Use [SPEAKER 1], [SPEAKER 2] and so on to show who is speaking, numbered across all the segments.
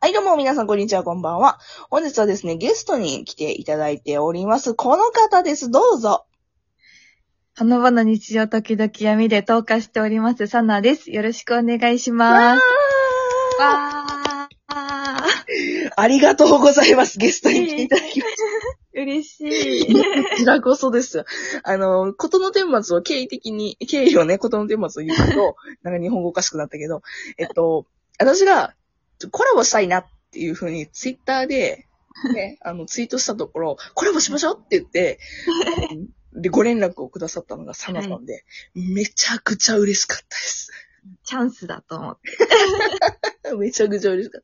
[SPEAKER 1] はい、どうも、皆さん、こんにちは、こんばんは。本日はですね、ゲストに来ていただいております。この方です。どうぞ。
[SPEAKER 2] 花々日常時々闇で投下しております、サナです。よろしくお願いします。
[SPEAKER 1] わ
[SPEAKER 2] わー
[SPEAKER 1] ーありがとうございます。ゲストに来ていただきまし
[SPEAKER 2] 嬉しい。
[SPEAKER 1] た。 こちらこそですよ。あの、ことの顛末を経緯的に、経緯をね、ことの顛末を言うと、 なんか日本語おかしくなったけど、えっと、私がコラボしたいなっていうふうに、ツイッターで、ね、あの、ツイートしたところ、コラボしましょうって言って、で、ご連絡をくださったのがサナさんで、めちゃくちゃ嬉しかったです。
[SPEAKER 2] チャンスだと思って。
[SPEAKER 1] めちゃくちゃ嬉しかっ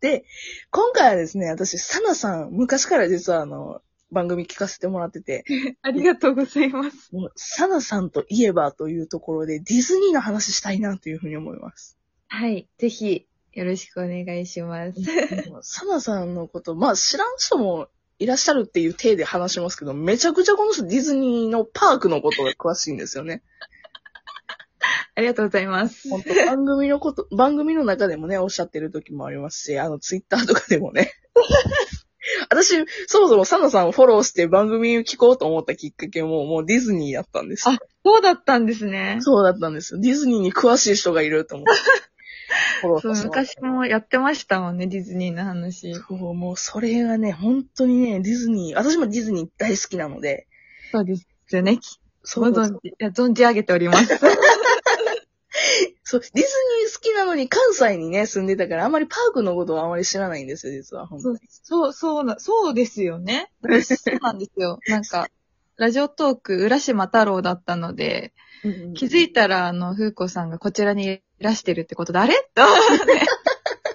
[SPEAKER 1] た。で、今回はですね、私、サナさん、昔から実はあの、番組聞かせてもらってて、
[SPEAKER 2] ありがとうございます。
[SPEAKER 1] もうサナさんといえばというところで、ディズニーの話したいなというふうに思います。
[SPEAKER 2] はい、ぜひ、よろしくお願いします。
[SPEAKER 1] もうサナさんのこと、まあ知らん人もいらっしゃるっていう体で話しますけど、めちゃくちゃこの人ディズニーのパークのことが詳しいんですよね。
[SPEAKER 2] ありがとうございます。
[SPEAKER 1] 本当番組のこと、番組の中でもね、おっしゃってる時もありますし、あの、ツイッターとかでもね。私、そもそもサナさんをフォローして番組を聞こうと思ったきっかけも、もうディズニーだったんです。
[SPEAKER 2] あそうだったんですね。
[SPEAKER 1] そうだったんですよ。ディズニーに詳しい人がいると思 って。フォロー
[SPEAKER 2] そう
[SPEAKER 1] させてもらった
[SPEAKER 2] 昔もやってましたもんね、ディズニーの話。
[SPEAKER 1] そう、もうそれがね、本当にね、ディズニー、私もディズニー大好きなので、
[SPEAKER 2] そうですよね。き
[SPEAKER 1] そ
[SPEAKER 2] ご
[SPEAKER 1] うそう
[SPEAKER 2] 存じ、いや存じ上げております。
[SPEAKER 1] そうディズニー好きなのに関西にね、住んでたから、あんまりパークのことはあまり知らないんですよ、実は。本当
[SPEAKER 2] そ
[SPEAKER 1] に
[SPEAKER 2] う、そう、そうな、そうですよね。そうなんです よ。なんか、ラジオトーク、浦島太郎だったので、気づいたら、あの、風子さんがこちらにいらしてるってことで、あれと思って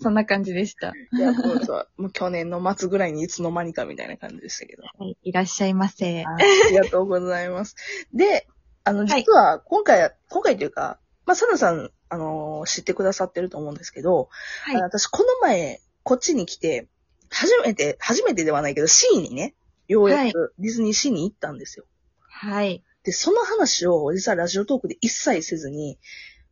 [SPEAKER 2] そんな感じでした。
[SPEAKER 1] いや、もうそうもう去年の末ぐらいにいつの間にかみたいな感じでしたけど。
[SPEAKER 2] はい、いらっしゃいませ。
[SPEAKER 1] ありがとうございます。で、あの、
[SPEAKER 2] はい
[SPEAKER 1] 実は、今回、今回というか、まあ、サナさん、あのー知ってくださってると思うんですけど、
[SPEAKER 2] はい
[SPEAKER 1] あの私、この前、こっちに来て、初めて、初めてではないけど、シーにね、ようやくディズニーシーに行ったんですよ。
[SPEAKER 2] はい。
[SPEAKER 1] で、その話を、実はラジオトークで一切せずに、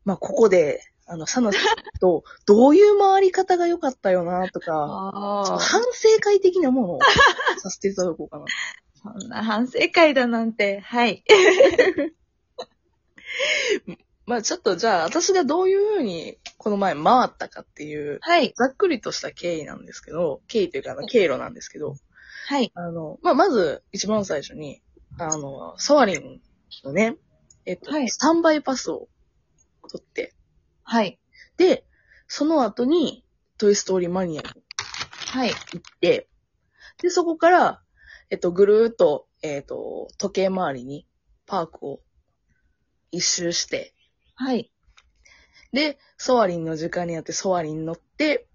[SPEAKER 1] まあ、ここで、あの、サナさん と、どういう回り方が良かったよな、とか、
[SPEAKER 2] あ
[SPEAKER 1] ちょっと
[SPEAKER 2] あ。
[SPEAKER 1] 反省会的なものをさせていただこうかな。
[SPEAKER 2] そんな反省会だなんて、はい。
[SPEAKER 1] まあちょっとじゃあ私がどういうふうにこの前回ったかっていう、
[SPEAKER 2] はい。
[SPEAKER 1] ざっくりとした経緯なんですけど、経緯というかあの経路なんですけど、
[SPEAKER 2] はい。
[SPEAKER 1] あの、まあまず一番最初に、あの、ソワリンのね、えっと、
[SPEAKER 2] はい
[SPEAKER 1] スタンバイパスを取って、
[SPEAKER 2] はい。
[SPEAKER 1] で、その後にトイストーリーマニアに
[SPEAKER 2] はい。
[SPEAKER 1] で、で、そこから、えっと、ぐるーっと、えっと、時計回りにパークを一周して、
[SPEAKER 2] はい。
[SPEAKER 1] で、ソワリンの時間になってソワリン乗って、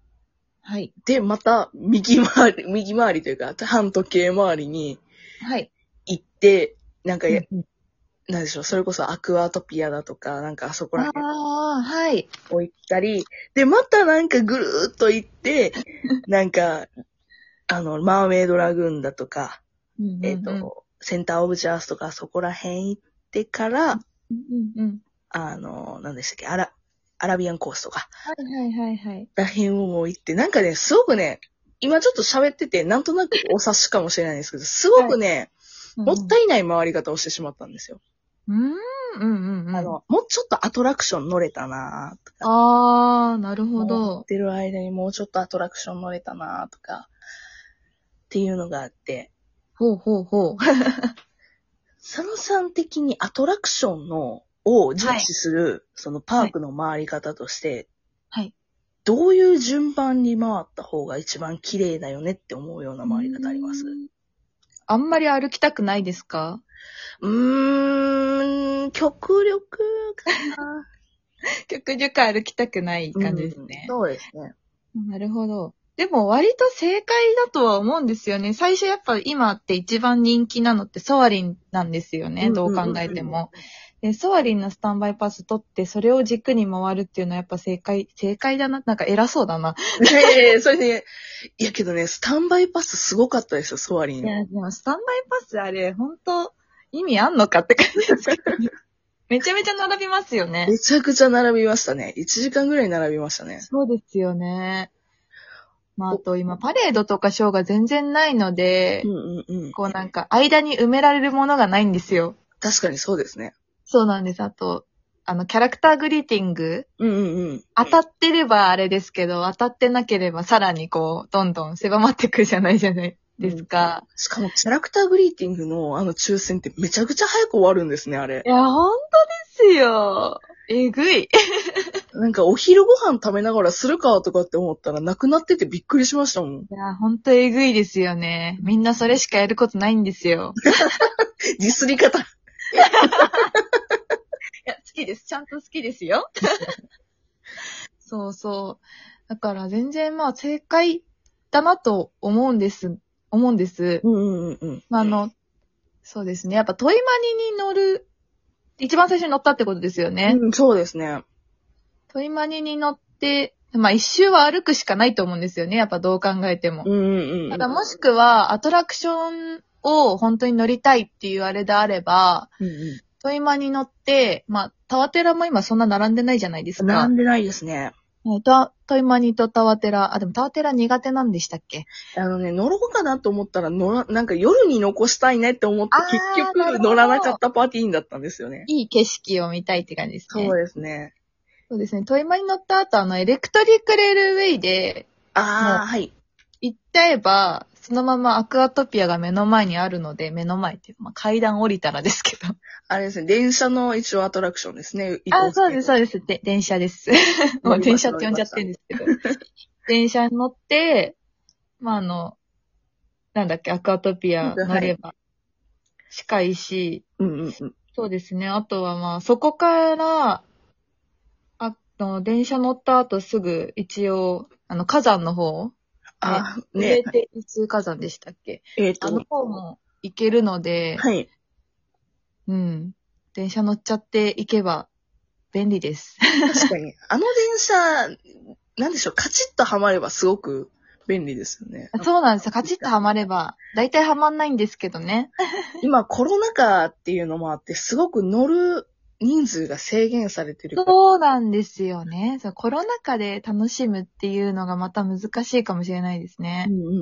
[SPEAKER 2] はい。
[SPEAKER 1] で、また右回り、 右回りというか、反時計回りに
[SPEAKER 2] はい。
[SPEAKER 1] 行って、なんかや、
[SPEAKER 2] うん
[SPEAKER 1] なんでしょう、それこそアクアトピアだとか、なんかあそこら
[SPEAKER 2] あ
[SPEAKER 1] 辺
[SPEAKER 2] あ、はい。
[SPEAKER 1] を行ったり、で、またなんかぐるーっと行 って、なんか、あの、マーメイドラグーンだとか、えっ、と、センターオブジャースとかそこら辺行ってから、
[SPEAKER 2] うんうんうん。
[SPEAKER 1] あの、何でしたっけ、アラ、アラビアンコースとか、
[SPEAKER 2] はいはいはいはい。
[SPEAKER 1] ら辺をもう行って、なんかね、すごくね、今ちょっと喋ってて、なんとなくお察しかもしれないんですけど、すごくね、もった
[SPEAKER 2] い。
[SPEAKER 1] いない回り方をしてしまったんですよ。
[SPEAKER 2] うん、うん、うん。
[SPEAKER 1] あ、の、もうちょっとアトラクション乗れたなーとか、
[SPEAKER 2] あー、なる
[SPEAKER 1] 乗
[SPEAKER 2] ほ
[SPEAKER 1] っ
[SPEAKER 2] ど。
[SPEAKER 1] てる間にもうちょっとアトラクション乗れたなーとか、っていうのがあって、
[SPEAKER 2] ほうほうほう。
[SPEAKER 1] 佐野さん的にアトラクションの、を重視する、そのパークの回り方として、
[SPEAKER 2] はい。
[SPEAKER 1] どういう順番に回った方が一番綺麗だよねって思うような回り方あります
[SPEAKER 2] あんまり歩きたくないですか
[SPEAKER 1] うーん、極力かな。
[SPEAKER 2] 極力歩きたくない感じですね。
[SPEAKER 1] そうですね。
[SPEAKER 2] なるほど。でも割と正解だとは思うんですよね。最初やっぱ今って一番人気なのってソワリンなんですよね。どう考えても。で、ソワリンのスタンバイパス取って、それを軸に回るっていうのはやっぱ正解、正解だな。なんか偉そうだな。
[SPEAKER 1] いやいやいやそれね、いやけどね、スタンバイパスすごかったですよ、ソワリ
[SPEAKER 2] い
[SPEAKER 1] ン。
[SPEAKER 2] や、でもスタンバイパスあれ、本当意味あんのかって感じですけどねめちゃめちゃ並びますよね。
[SPEAKER 1] めちゃくちゃ並びましたね。1時間ぐらい並びましたね。
[SPEAKER 2] そうですよね。まあ、あと今、パレードとかショーが全然ないので
[SPEAKER 1] う、んうんうん。
[SPEAKER 2] こうなんか、間に埋められるものがないんですよ。
[SPEAKER 1] 確かにそうですね。
[SPEAKER 2] そうなんです。あと、あの、キャラクターグリーティング、
[SPEAKER 1] うんうんうん。
[SPEAKER 2] 当たってればあれですけど、当たってなければさらにこう、どんどん狭まってくるじゃないじゃないですか。
[SPEAKER 1] しかも、キャラクターグリーティングのあの抽選ってめちゃくちゃ早く終わるんですね、あれ。
[SPEAKER 2] いや、ほんとですよ。えぐい。
[SPEAKER 1] なんかお昼ご飯食べながらするかとかって思ったらなくなっててびっくりしましたもん。
[SPEAKER 2] いや、ほんとえぐいですよね。みんなそれしかやることないんですよ。
[SPEAKER 1] ディスり方。
[SPEAKER 2] いや、好きです。ちゃんと好きですよ。 そうそう。だから全然まあ正解だなと思うんです。思うんです。
[SPEAKER 1] うんうんうん。
[SPEAKER 2] まあ、あの、そうですね。やっぱトイマニに乗る、一番最初に乗ったってことですよね。
[SPEAKER 1] うん、そうですね。
[SPEAKER 2] トイマニに乗って、まあ一周は歩くしかないと思うんですよね。やっぱどう考えても。
[SPEAKER 1] うんうんう
[SPEAKER 2] た
[SPEAKER 1] ん。
[SPEAKER 2] だもしくはアトラクションを本当に乗りたいっていうあれであれば、
[SPEAKER 1] うんう
[SPEAKER 2] トイマに乗って、まあ、タワテラも今そんな並んでないじゃないです
[SPEAKER 1] ん。
[SPEAKER 2] か。
[SPEAKER 1] 並んでないですね。
[SPEAKER 2] はいトトイマニとタワテラ、あ、でもタワテラ苦手なんでしたっけ
[SPEAKER 1] あのね、乗ろうかなと思ったら乗ら、なんか夜に残したいねって思って
[SPEAKER 2] あー
[SPEAKER 1] 結
[SPEAKER 2] なる
[SPEAKER 1] 局
[SPEAKER 2] ほど
[SPEAKER 1] 乗らなかったパーティーだったんですよね。
[SPEAKER 2] いい景色を見たいって感じですね。
[SPEAKER 1] そうですね。
[SPEAKER 2] そうですね。トイマに乗った後、あの、エレクトリックレールウェイで
[SPEAKER 1] あ
[SPEAKER 2] も
[SPEAKER 1] あ、はい。
[SPEAKER 2] 行っちゃえば、そのままアクアトピアが目の前にあるので、目の前っていうか、まあ、階段降りたらですけど。
[SPEAKER 1] あれですね、電車の一応アトラクションですね。
[SPEAKER 2] あ、そうです、そう
[SPEAKER 1] で
[SPEAKER 2] です。で電車 です。もう電車って呼んじゃってるんですけど。電車に乗って、まあ、あの、なんだっけ、アクアトピア乗れば、近いし、
[SPEAKER 1] す。うんうんうん。
[SPEAKER 2] そうですね。あとはまあ、そこから、あの、電車乗った後すぐ、一応、あの、火山の方、
[SPEAKER 1] あー
[SPEAKER 2] ね
[SPEAKER 1] ね、、
[SPEAKER 2] 定一火山でしたっけ
[SPEAKER 1] えっ、
[SPEAKER 2] あの
[SPEAKER 1] と、
[SPEAKER 2] 方も行けるので、
[SPEAKER 1] はい。
[SPEAKER 2] うん。電車乗っちゃって行けば、便利です。
[SPEAKER 1] 確かに。あの電車、なんでしょう、カチッとはまればすごく便利ですよね。
[SPEAKER 2] そうなんですよ。カチッとハマれば、大体ハマんないんですけどね。
[SPEAKER 1] 今コロナ禍っていうのもあって、すごく乗る人数が制限されてるから。
[SPEAKER 2] そうなんですよね。そうコロナ禍で楽しむっていうのがまた難しいかもしれないですね
[SPEAKER 1] う。んうんうんう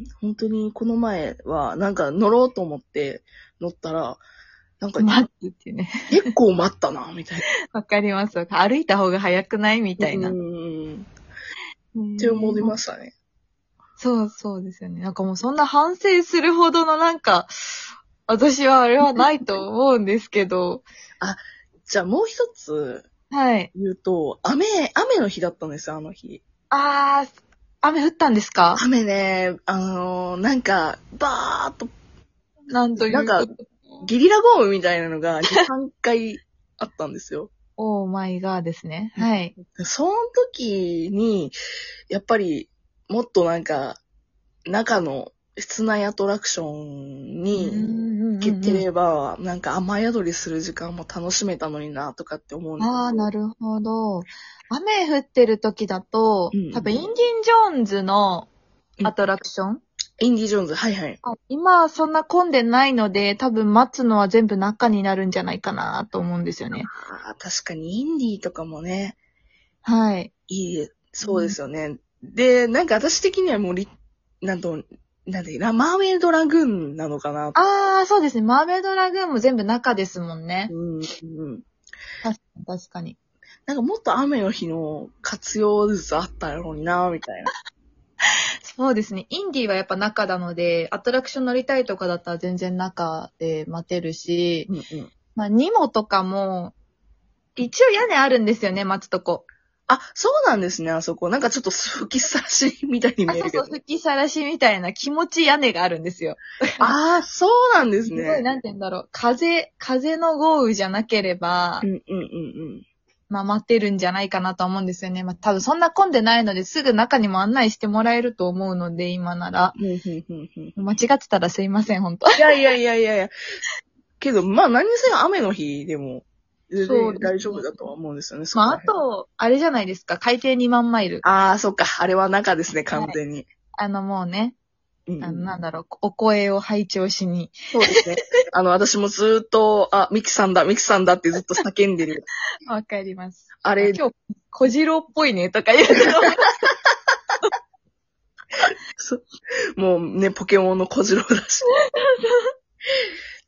[SPEAKER 1] ん。本当にこの前は、なんか乗ろうと思って乗ったら、なんか
[SPEAKER 2] 待つっていうね。
[SPEAKER 1] 結構待ったな、みたい
[SPEAKER 2] わかります。歩いた方が早くないみ
[SPEAKER 1] な。
[SPEAKER 2] たいな。
[SPEAKER 1] う
[SPEAKER 2] っ
[SPEAKER 1] んうんうん。って思いましたね。
[SPEAKER 2] そうそうですよね。なんかもうそんな反省するほどのなんか、私はあれはないと思うんですけど。
[SPEAKER 1] じゃあもう一つ
[SPEAKER 2] はい。
[SPEAKER 1] 言うと、雨、雨の日だったんですよ、あの日。
[SPEAKER 2] あー、雨降ったんですか
[SPEAKER 1] 雨ね、あのーなんか、バーっと
[SPEAKER 2] なんという
[SPEAKER 1] なんかゲリラ豪雨みたいなのが2、3回あったんですよ。
[SPEAKER 2] オーマイガーですね。はい。
[SPEAKER 1] その時に、やっぱり、もっとなんか、中の室内アトラクションに行けてれば、なんか雨宿りする時間も楽しめたのにな、とかって思うんです
[SPEAKER 2] ああ、なるほど。雨降ってる時だと、
[SPEAKER 1] うん
[SPEAKER 2] 多分インディン・ジョーンズのアトラクション、
[SPEAKER 1] インディ・ジョーンズ、はいはい。
[SPEAKER 2] あ今はそんな混んでないので、多分待つのは全部中になるんじゃないかなと思うんですよね。
[SPEAKER 1] ああ、確かにインディとかもね、
[SPEAKER 2] はい。
[SPEAKER 1] いい、そうですよね。で、なんか私的にはもうリ、なんと、なんで、ラマーメイドラグーンなのかな、
[SPEAKER 2] ああ、そうですね。マーメイドラグーンも全部中ですもんね。
[SPEAKER 1] うん、うん。
[SPEAKER 2] 確かに、確かに。
[SPEAKER 1] なんかもっと雨の日の活用術あったのにな、みたいな。
[SPEAKER 2] そうですね。インディーはやっぱ中なので、アトラクション乗りたいとかだったら全然中で待てるし、
[SPEAKER 1] うんうん。
[SPEAKER 2] まあ、ニモとかも、一応屋根あるんですよね、待つとこ。
[SPEAKER 1] あ、そうなんですね、あそこ。なんかちょっと吹きさらしみたいに
[SPEAKER 2] あ、
[SPEAKER 1] 見え
[SPEAKER 2] そう
[SPEAKER 1] るけ
[SPEAKER 2] そ
[SPEAKER 1] ど。
[SPEAKER 2] う、吹きさらしみたいな気持ち屋根があるんですよ。
[SPEAKER 1] ああ、そうなんです
[SPEAKER 2] す
[SPEAKER 1] ね。
[SPEAKER 2] ごい、なんて言うんだろう。風、風の豪雨じゃなければ
[SPEAKER 1] う、んうんうん
[SPEAKER 2] まあ待ってるんじゃないかなと思うんですよね。まあ多分そんな混んでないので、すぐ中にも案内してもらえると思うので、今なら。
[SPEAKER 1] うんうんうんうんうん。
[SPEAKER 2] 間違ってたらすいません、本当
[SPEAKER 1] いやいやいやいやいや。けど、まあ何にせよ雨の日でも、全
[SPEAKER 2] そう
[SPEAKER 1] 然
[SPEAKER 2] ですね
[SPEAKER 1] 大丈夫だとは思うんですよね。そこ
[SPEAKER 2] まあ
[SPEAKER 1] ら
[SPEAKER 2] あ
[SPEAKER 1] 辺
[SPEAKER 2] と、あれじゃないですか、海底2万マイル。
[SPEAKER 1] ああ、そっか。あれは中ですね、完全に。
[SPEAKER 2] あのもう
[SPEAKER 1] う
[SPEAKER 2] ね、
[SPEAKER 1] ん
[SPEAKER 2] あのなんだろう、お声を拝聴しに。
[SPEAKER 1] そうですね。 あの、私もずーっと、あ、ミキさんだ、ミキさんだってずっと叫んでる。
[SPEAKER 2] わかります。
[SPEAKER 1] あ
[SPEAKER 2] あ
[SPEAKER 1] れ、
[SPEAKER 2] 今日、小次郎っぽいね、とか言うけど。
[SPEAKER 1] もうね、ポケモンの小次郎だ し。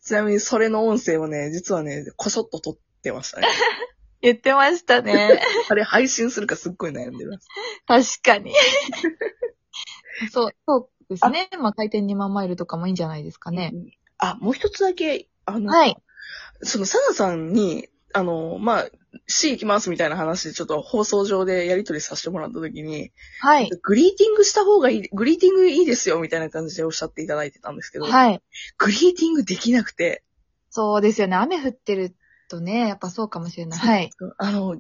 [SPEAKER 1] ちなみに、それの音声をね、実はね、こそっと撮ってましたね。
[SPEAKER 2] 言ってましたね。
[SPEAKER 1] あれ配信するかすっごい悩んでます。
[SPEAKER 2] 確 かに。そう、そうですね。まあ、回転2万マイルとかもいいんじゃないですかね。
[SPEAKER 1] あ、もう一つだけ、あの、
[SPEAKER 2] はい。
[SPEAKER 1] その、サナさんに、あの、まあ、C 行きますみたいな話、ちょっと放送上でやりとりさせてもらった時に、
[SPEAKER 2] はい。
[SPEAKER 1] グリーティングした方がいい、グリーティングいいですよみたいな感じでおっしゃっていただいてたんですけど、
[SPEAKER 2] はい。
[SPEAKER 1] グリーティングできなくて、
[SPEAKER 2] そうですよね。雨降ってるとね、やっぱそうかもしれない。はい。
[SPEAKER 1] あの、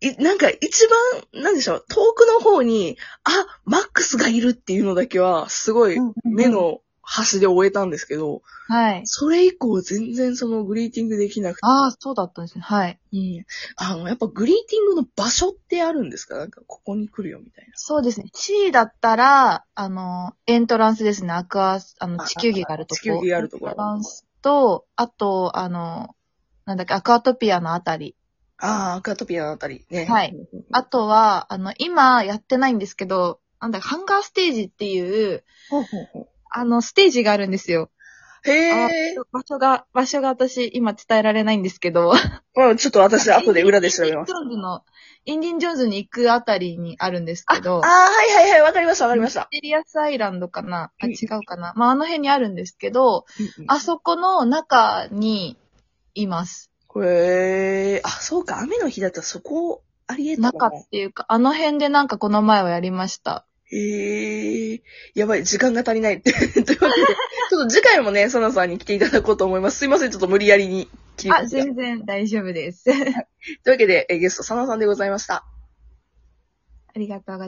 [SPEAKER 1] いなんか一番、なんでしょう、遠くの方に、あ、マックスがいるっていうのだけは、すごい目の端で終えたんですけど、
[SPEAKER 2] はい。
[SPEAKER 1] それ以降全然そのグリーティングできなくて、
[SPEAKER 2] ああ、そうだったんですね。はい。
[SPEAKER 1] うんあの、やっぱグリーティングの場所ってあるんですかなんか、ここに来るよみたいな。
[SPEAKER 2] そうですね。C だったら、あの、エントランスですね。アクア、あの、
[SPEAKER 1] あ
[SPEAKER 2] 地球儀があるとこ。
[SPEAKER 1] 地球儀があるとこ
[SPEAKER 2] エントランスと、あと、あの、なんだっけ、アクアトピアのあたり。
[SPEAKER 1] ああ、アクアトピアのあたりね。
[SPEAKER 2] はい。あとは、あの、今やってないんですけど、なんだっけハンガーステージっていう、
[SPEAKER 1] ほうほうほ
[SPEAKER 2] あの、ステージがあるんですよ。
[SPEAKER 1] う。へえ。
[SPEAKER 2] 場所が、場所が私、今伝えられないんですけど。
[SPEAKER 1] うん、ちょっと私、後で裏で調べます。
[SPEAKER 2] インディンジョーンズの、インディン・ジョーンズに行くあたりにあるんですけ
[SPEAKER 1] あ
[SPEAKER 2] ど。
[SPEAKER 1] あ、はいはいはい、わかりました、わかりまし
[SPEAKER 2] ミ
[SPEAKER 1] た
[SPEAKER 2] ス。テリアスアイランドかなあ、
[SPEAKER 1] うん
[SPEAKER 2] 違うかなまあ、あの辺にあるんですけど、あそこの中にいます。
[SPEAKER 1] へえ。あ、そうか、雨の日だったらそこ、ありえたの
[SPEAKER 2] 中っ
[SPEAKER 1] か
[SPEAKER 2] ていうか、あの辺でなんかこの前はやりました。
[SPEAKER 1] へえ。やばい、時間が足りない。と いうわけ で、ちょっと次回もね、サナさんに来ていただこうと思います。すいません、ちょっと無理やりに切りま
[SPEAKER 2] あ、
[SPEAKER 1] した。という
[SPEAKER 2] 全然大丈夫です。あ
[SPEAKER 1] わけで、えゲスト、サナさんでございました。
[SPEAKER 2] りがとうございます。